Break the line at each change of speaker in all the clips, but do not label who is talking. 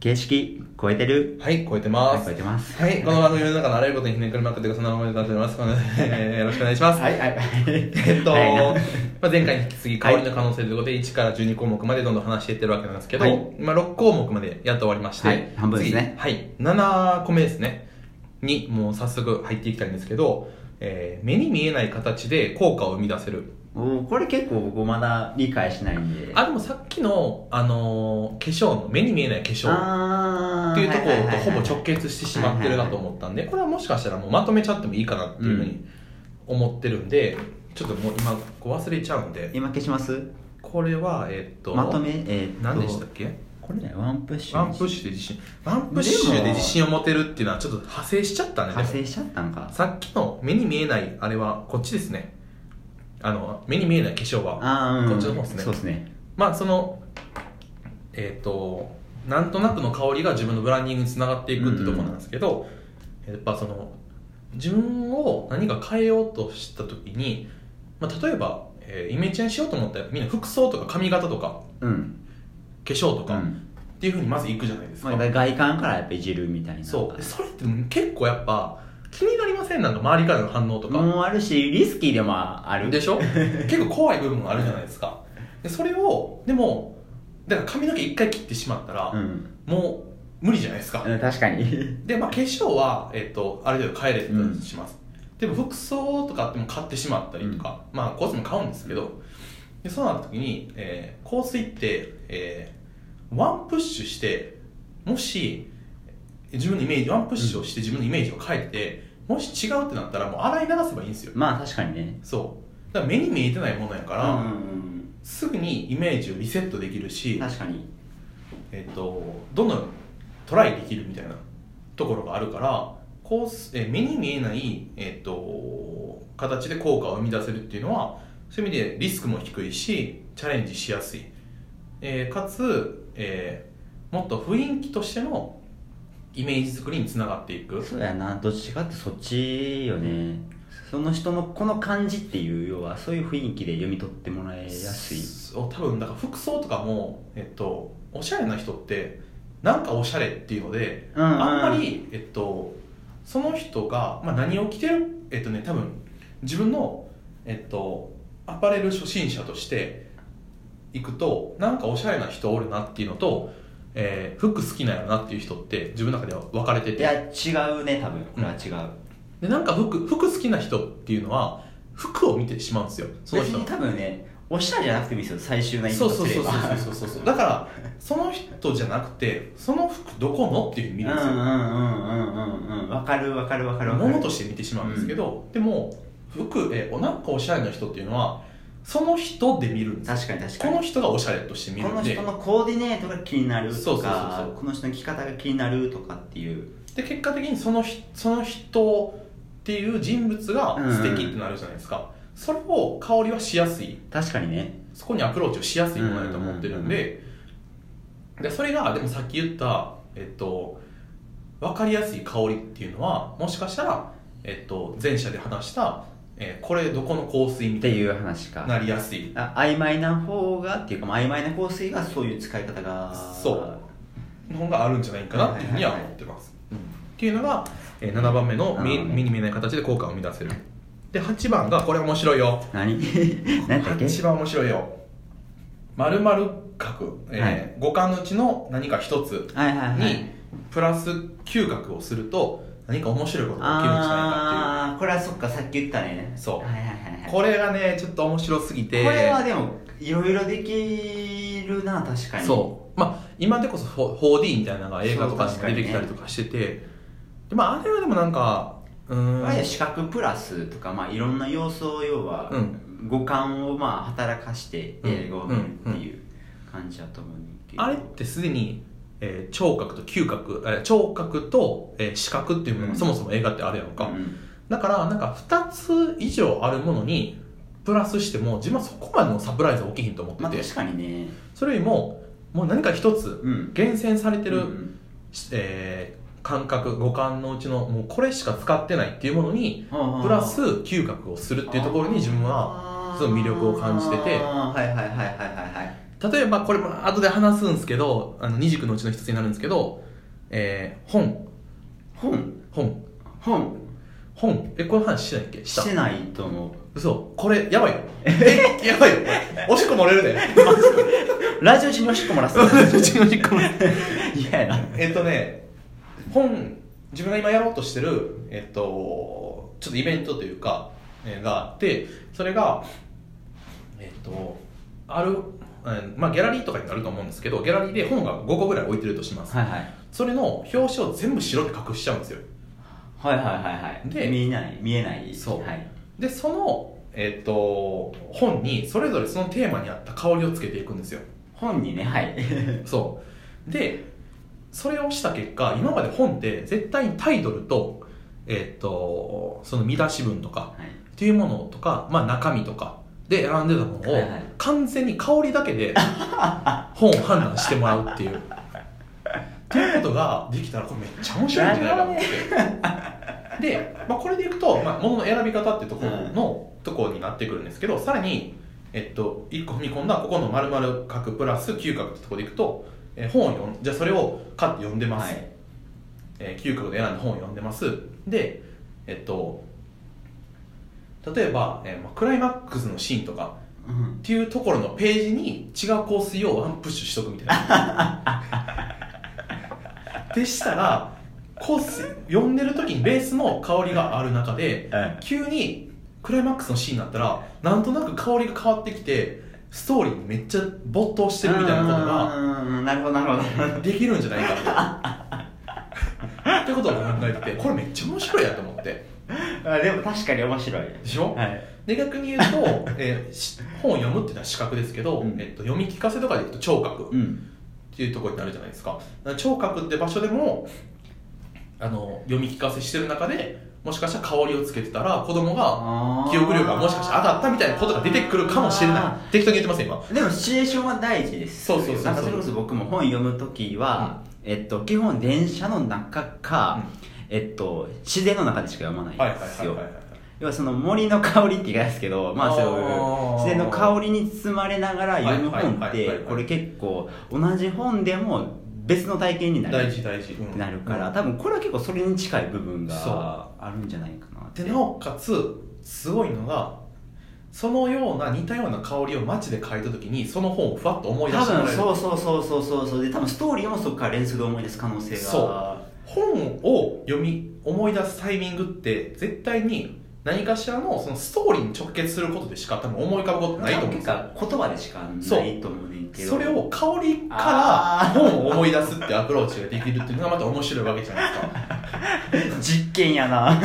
形式超えてる
はい、超えてま
はい
す。
超えてます
はい、この番組の中のあらゆることにひねくりまくってごそんな思いで立っております。この よろしくお願いします。
はいはいはい
えっと、
はいな
まあ、前回に引き継ぎ、香りの可能性ということで、1から12項目までどんどん話していってるわけなんですけど、
はい
まあ、6項目までやっと終わりまして、
はい半分ですね
次はい、7個目ですね。に、もう早速入っていきたいんですけど、えー目に見えない形で効果を生み出せる。
おーこれ結構僕まだ理解しないんで
あ、でもさっきの、あのー化粧の、目に見えない化粧。
あー
っていうところとほぼ直
直
結してしまってるなと思ったんでこれはもしかしたらもうまとめちゃってもいいかなっていうふうに思ってるんでちょっともう今こう忘れちゃうんで
今消します
これはえっと
まとめえーっと
何でしたっけ
これねワンプッシュ
ワンプッシュで自信ワンプッシュで自信を持てるっていうのはちょっと派生しちゃったねでも
派生しちゃったんか
さっきの目に見えないあれはこっちですねあの目に見えない化粧は
あーうん
こっちの方ですね
そうですね
まあそのえっ、となんとなくの香りが自分のブランディングにつながっていくってところなんですけど、やっぱその自分を何か変えようとした時に、まあ、例えば、えーイメチェンしようと思ったらみんな服装とか髪型とか
うん
化粧
う
とか、っ
ん
ていうふうにまずいくじゃないです
ま
か、
あ外観からやっぱいじるみたいな
そうでそれって結構やっぱ気になりませんなんか周りからの反応とか、
もうあるしリスキーでもある
でしょ結構怖い部分あるじゃないですかでそれをでもだから髪の毛一回切ってしまったら、
うん
もう無理じゃないですか、
うん確か に
で、まあ、化粧は、えっとある程度変えれてたりします、でも服装とかっても買ってしまったりとか、まあコスメ買うんですけどでそうなった時に、えー香水って、えーワンプッシュしてもし自分のイメージワンプッシュをして自分のイメージを変えて、もし違うってなったらもう洗い流せばいいんですよ
まあ確かにね
そうだから目に見えてないものやから、
うんうん
すぐにイメージをリセットできる
うん
し、
確かに
えっとどんどんトライできるみたいなところがあるからこうすえ目に見えない、えっと形で効果を生み出せるっていうのはそういう意味でリスクも低いしチャレンジしやすい、えーかつ、えーもっと雰囲気としてのイメージ作りにつながっていく
そうやなどっちかってそっちよねその人のこの感じっていう要はそういう雰囲気で読み取ってもらいやすい
そう多分だから服装とかも、えっとおしゃれな人ってなんかおしゃれっていうので
うんうん
あんまり、えっと、その人が、まあ、何を着てるえっとね多分自分の、えっと、アパレル初心者として行くとなんかおしゃれな人おるなっていうのと、えー服好きなんやろなっていう人って自分の中では分かれて
い
て
や違うね多分これは違う、
でなんか服服好きな人っていうのは服を見てしまうんですよその
別
人の
に多分ねおしゃれじゃなくてもいいですよ最終な一
そ
歩
うそう
す
そ
れ
う
ば
そうそうそうそうだからその人じゃなくてその服どこのっていうふうに見
うん
る
うん
んですよ、
うんうんうんうんわかるわかるわかるわかる
物として見てしまうんですけど、でも服えおなんかおしゃれな人っていうのはその人で見るんですよ
確かに確か
こ
に
の人がおしゃれとして見
こ
る
の
んで
人のコーディネートが気になる
そう
と
そうそう
か
そう
この人の着方が気になるとかっていう
で結果的にそのひその人っていう人物が素敵ってなるじゃないですか、それを香りはしやすい
確かにね
そこにアプローチをしやすいものだと思ってるんで,、
うん
でそれがでもさっき言った、えっと、分かりやすい香りっていうのはもしかしたら、えっと、前者で話した、えーこれどこの香水み
ったて
い
いう話か
になりやすい
あ曖昧な方がっていうかまあ曖昧な香水がそういう使い方が
そうの方があるんじゃないかなっていうふうには思ってます、っていうのが、えー7番目
なる
の目
ほど
目に見えない形で効果を生み出せるで8番がこれ面白いよ
何 何だっけ
8番面白いよ丸々角、えー五感のうちの何か一つ
はいはいはい
にプラス嗅覚をすると何か面白いことが起きるんじゃないか
ああこれはそっかさっき言ったね
そう
はいはいはい
ってい
は
う
い
これがねちょっと面白すぎて
これはでもいろいろできるな確かに
そうまあ今でこそ 4- 4D みたいなのが映画とかに
そう確
も
か
出
にね
てきたりとかしてて、でまああれはでもなんかう
いわゆる
ーん
視覚プラスとか、まあ、いろんな要素を要は、
う
五感をまあ働かして
うん
映画を見るっていう感じだと思うんだけど
あれってすでに、えー聴覚と嗅覚、えー聴覚と、えー視覚っていうものが、
うん
そもそも映画ってあるやんか、
うん
だからなんか2つ以上あるものにプラスしても自分はそこまでのサプライズは起きひんと思って
まあ
て、
確かにね
それよりももう何か一つ
うん
厳選されてる、
うん
えー感覚五感のうちのもうこれしか使ってないっていうものに
うん
プラス嗅覚をするっていうところに自分は
は
すごい魅力を感じてて
はいはいはいはいはいはい
例えばこれも後で話すんですけどあの二軸のうちの一つになるんですけど、えー本
本
本
本
本えこの話しないっけした
してないと思
嘘これやばいよえやばいよこれおしっこ漏れるで
うラジオ中におしっこ漏らす
うちのおしっこ漏れる
嫌やな
えっとね本自分が今やろうとしてるえっとちょっとイベントというか、えーがあってそれがえっとある、えーまあ、ギャラリーとかになると思うんですけどギャラリーで本が5個ぐらい置いてるとします、
はいはい
それの表紙を全部白って隠しちゃうんですよ
はいはいはいはい
で
見えない見えない
そう
はい
でそのえっと本にそれぞれそのテーマに合った香りをつけていくんですよ
本にねはい
そうでそれをした結果今まで本って絶対にタイトルと,、えっとその見出し文とか
はい
っていうものとか、まあ、中身とかで選んでたもの
は
を
いはい
完全に香りだけで本を判断してもらうっていう。っていうことができたらこれめっちゃ面白いんじゃないかなって。で、まあ、これでいくと、まあ、物の選び方ってところの、ところになってくるんですけどさらに、えっと、1個踏み込んだここの丸々角プラス嗅覚ってところでいくと、えー本を読んじゃあそれを買って読んでます、
はい
えー嗅覚で選んだ本を読んでますでえっと例えば、えーまあ、クライマックスのシーンとか
うん
っていうところのページに違う香水をワンプッシュしとくみたいな でしたら香水読んでる時にベースの香りがある中で急にクライマックスのシーンになったらなんとなく香りが変わってきてストーリーにめっちゃ没頭してるみたいなことが
うんなるほどなるほど
できるんじゃないかとってことを考えててこれめっちゃ面白いやと思って
あでも確かに面白い
でしょ
はい
で逆に言うと、えーし本を読むっていうのは視覚ですけど、
うん
えっと、読み聞かせとかで言うと聴覚っ
うん
ていうところになるじゃないですかだから聴覚って場所でもあの読み聞かせしてる中でもしかしたら香りをつけてたら子供が記憶力がもしかして上がったみたいなことが出てくるかもしれない適当に言ってますよ
で
今
もシチュエーションは大事です
そうそうそうそう
なんかそれこそ僕も本読む時は、えっと基本電車の中か、えっと自然の中でしか読まないんですよ要はその森の香りって言い方ですけどまあそういう
あー
自然の香りに包まれながら読む本っ
はいはいはいはい
て
はい
これ結構同じ本でも別の体験になる
大事大事、うん
なるから、
うん
多分これは結構それに近い部分
そう
があるんじゃないかなって
でなおかつすごいのがそのような似たような香りを街で嗅いだ時にその本をふわっと思い出
多
してもらえ
分
る
そうそうそうそうそうそうで多分ストーリーもそこから連続で思い出す可能性が
そ本を読み思い出すタイミングって絶対に何かしらのそのストーリーに直結することでしか多分思い浮かぶことないと思うんです
結
よ
果言葉でしかないと思うねんけど
それを香りから
あー
本を思い出すってアプローチができるっていうのがまた面白いわけじゃないですか
実験やな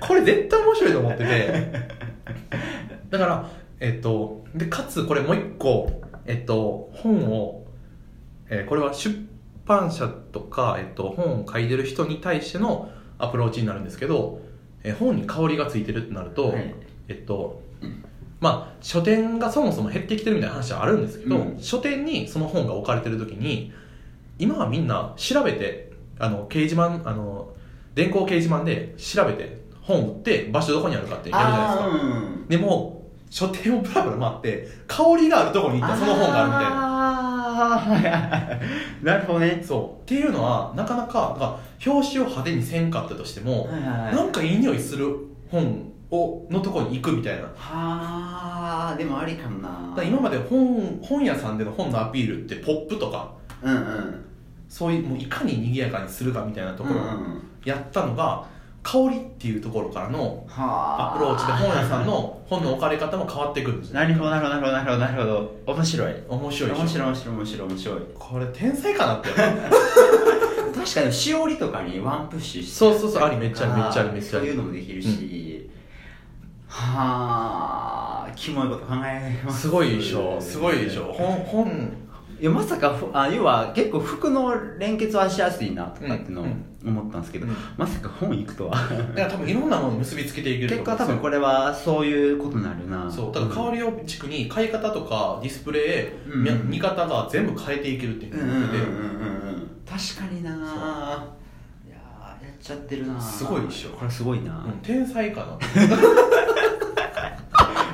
これ絶対面白いと思っててだからえっとでかつこれもう一個えっと本を、えーこれは出版社とか、えっと、本を書いてる人に対してのアプローチになるんですけど、えー本に香りがついてるってなると、
はい
えっとまあ書店がそもそも減ってきてるみたいな話はあるんですけど、
うん
書店にその本が置かれてる時に今はみんな調べてあの掲示板あの電光掲示板で調べて本売って場所どこにあるかってやるじゃないですか、
あーうん
でも書店をブラブラ回って香りがあるとこに行ったらその本があるみたいな
あー なるほどね
そうっていうのはなかなかだから表紙を派手にせんかったとしても、
はいはい
な
はい
んかいい匂いする本をのとこに行くみたいな
はあでもありかも
だ
な
から今まで本本屋さんでの本のアピールってポップとか
うんうん
そういうもういかに賑やかにするかみたいなところ
うん
を
うん
やったのが、香りっていうところからの
はあ
アプローチで本屋さんの本の置かれ方も変わってくるんですね
なるほどなるほどなるほどなるほど面白い
面白いでしょ
面白い面白い面白い面白い
これ天才かなって
確かにしおりとかにワンプッシュして
そうそうそうありめっちゃあるめっちゃあるめっちゃ
そう
ある
いうのもできるし、はあキモいこと考えます
すごいでしょすごいでしょ本本
いやまさかふあ要は結構服の連結はしやすいなとかっていうのを
うん
思ったんですけど、
うん
まさか本行くとは
だから多分いろんなものに結びつけていける
結
と
果
思
多
うんですよ
分これはそういうことになるな
そうだから香りを軸に買い方とかディスプレイ、
うん
み見方が全部変えていけるっていう
うん
の
うん
が
うんうんう
あってて、
んうん確かにないやーやっちゃってるな
すごいでしょ
これすごいな、
うん天才かな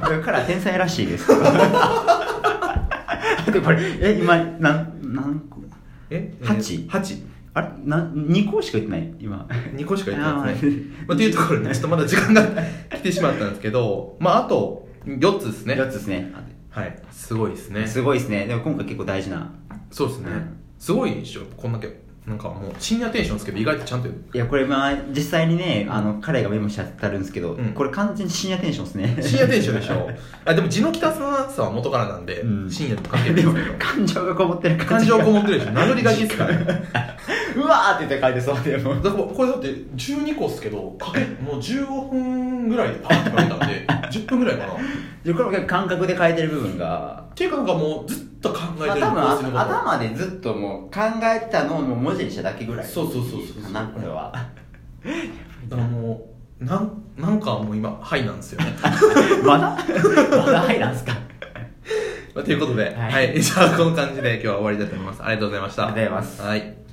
これから天才らしいですでこれえ今何何個
え
八
八
あれな二個しか言ってない今
2個しか言ってないですね
ね
まあ、というところで、ね、ちょっとまだ時間が来てしまったんですけど、まあ、あと4つですね。
4つですね
はい。すごいですね。
すごいですねでも今回結構大事な
そうですね
うん。
すごいでしょ、こんだけ。なんかもう、深夜テンションですけど、意外とちゃんと。
いやこれまあ実際にねあの彼がメモしちゃってあるんですけど、
うん
これ完全に深夜テンションですね
深夜テンションでし ょ。あ、でも、地の北さんさんは元からなんで、
うん
深夜と関係ない
で
です
も
けど。
感情がこもってる感
感
じ
情
が
こもってるでしょ。名乗り書きですからね。
うわーって言って書いてそうでも
だからこれだって12個っすけどかけもう15分ぐらいでパーって書いたんで 10分ぐらいかなっ
でこれも結構感覚で書いてる部分が、
ていうかなんかもうずっと考えてる
まあ、多
構成の
分
こと
頭でずっともう考えてたのをもう文字にしただけぐらい
そうそうそうそう
かなこれ は
だからもうなんなんかもう今はいなんですよね
まだまだ入らんすか
まあということで、
は
はい い、じゃあこの感じで今日は終わりだと思いますありがとうございまし
あ
た
りがとうございます
はい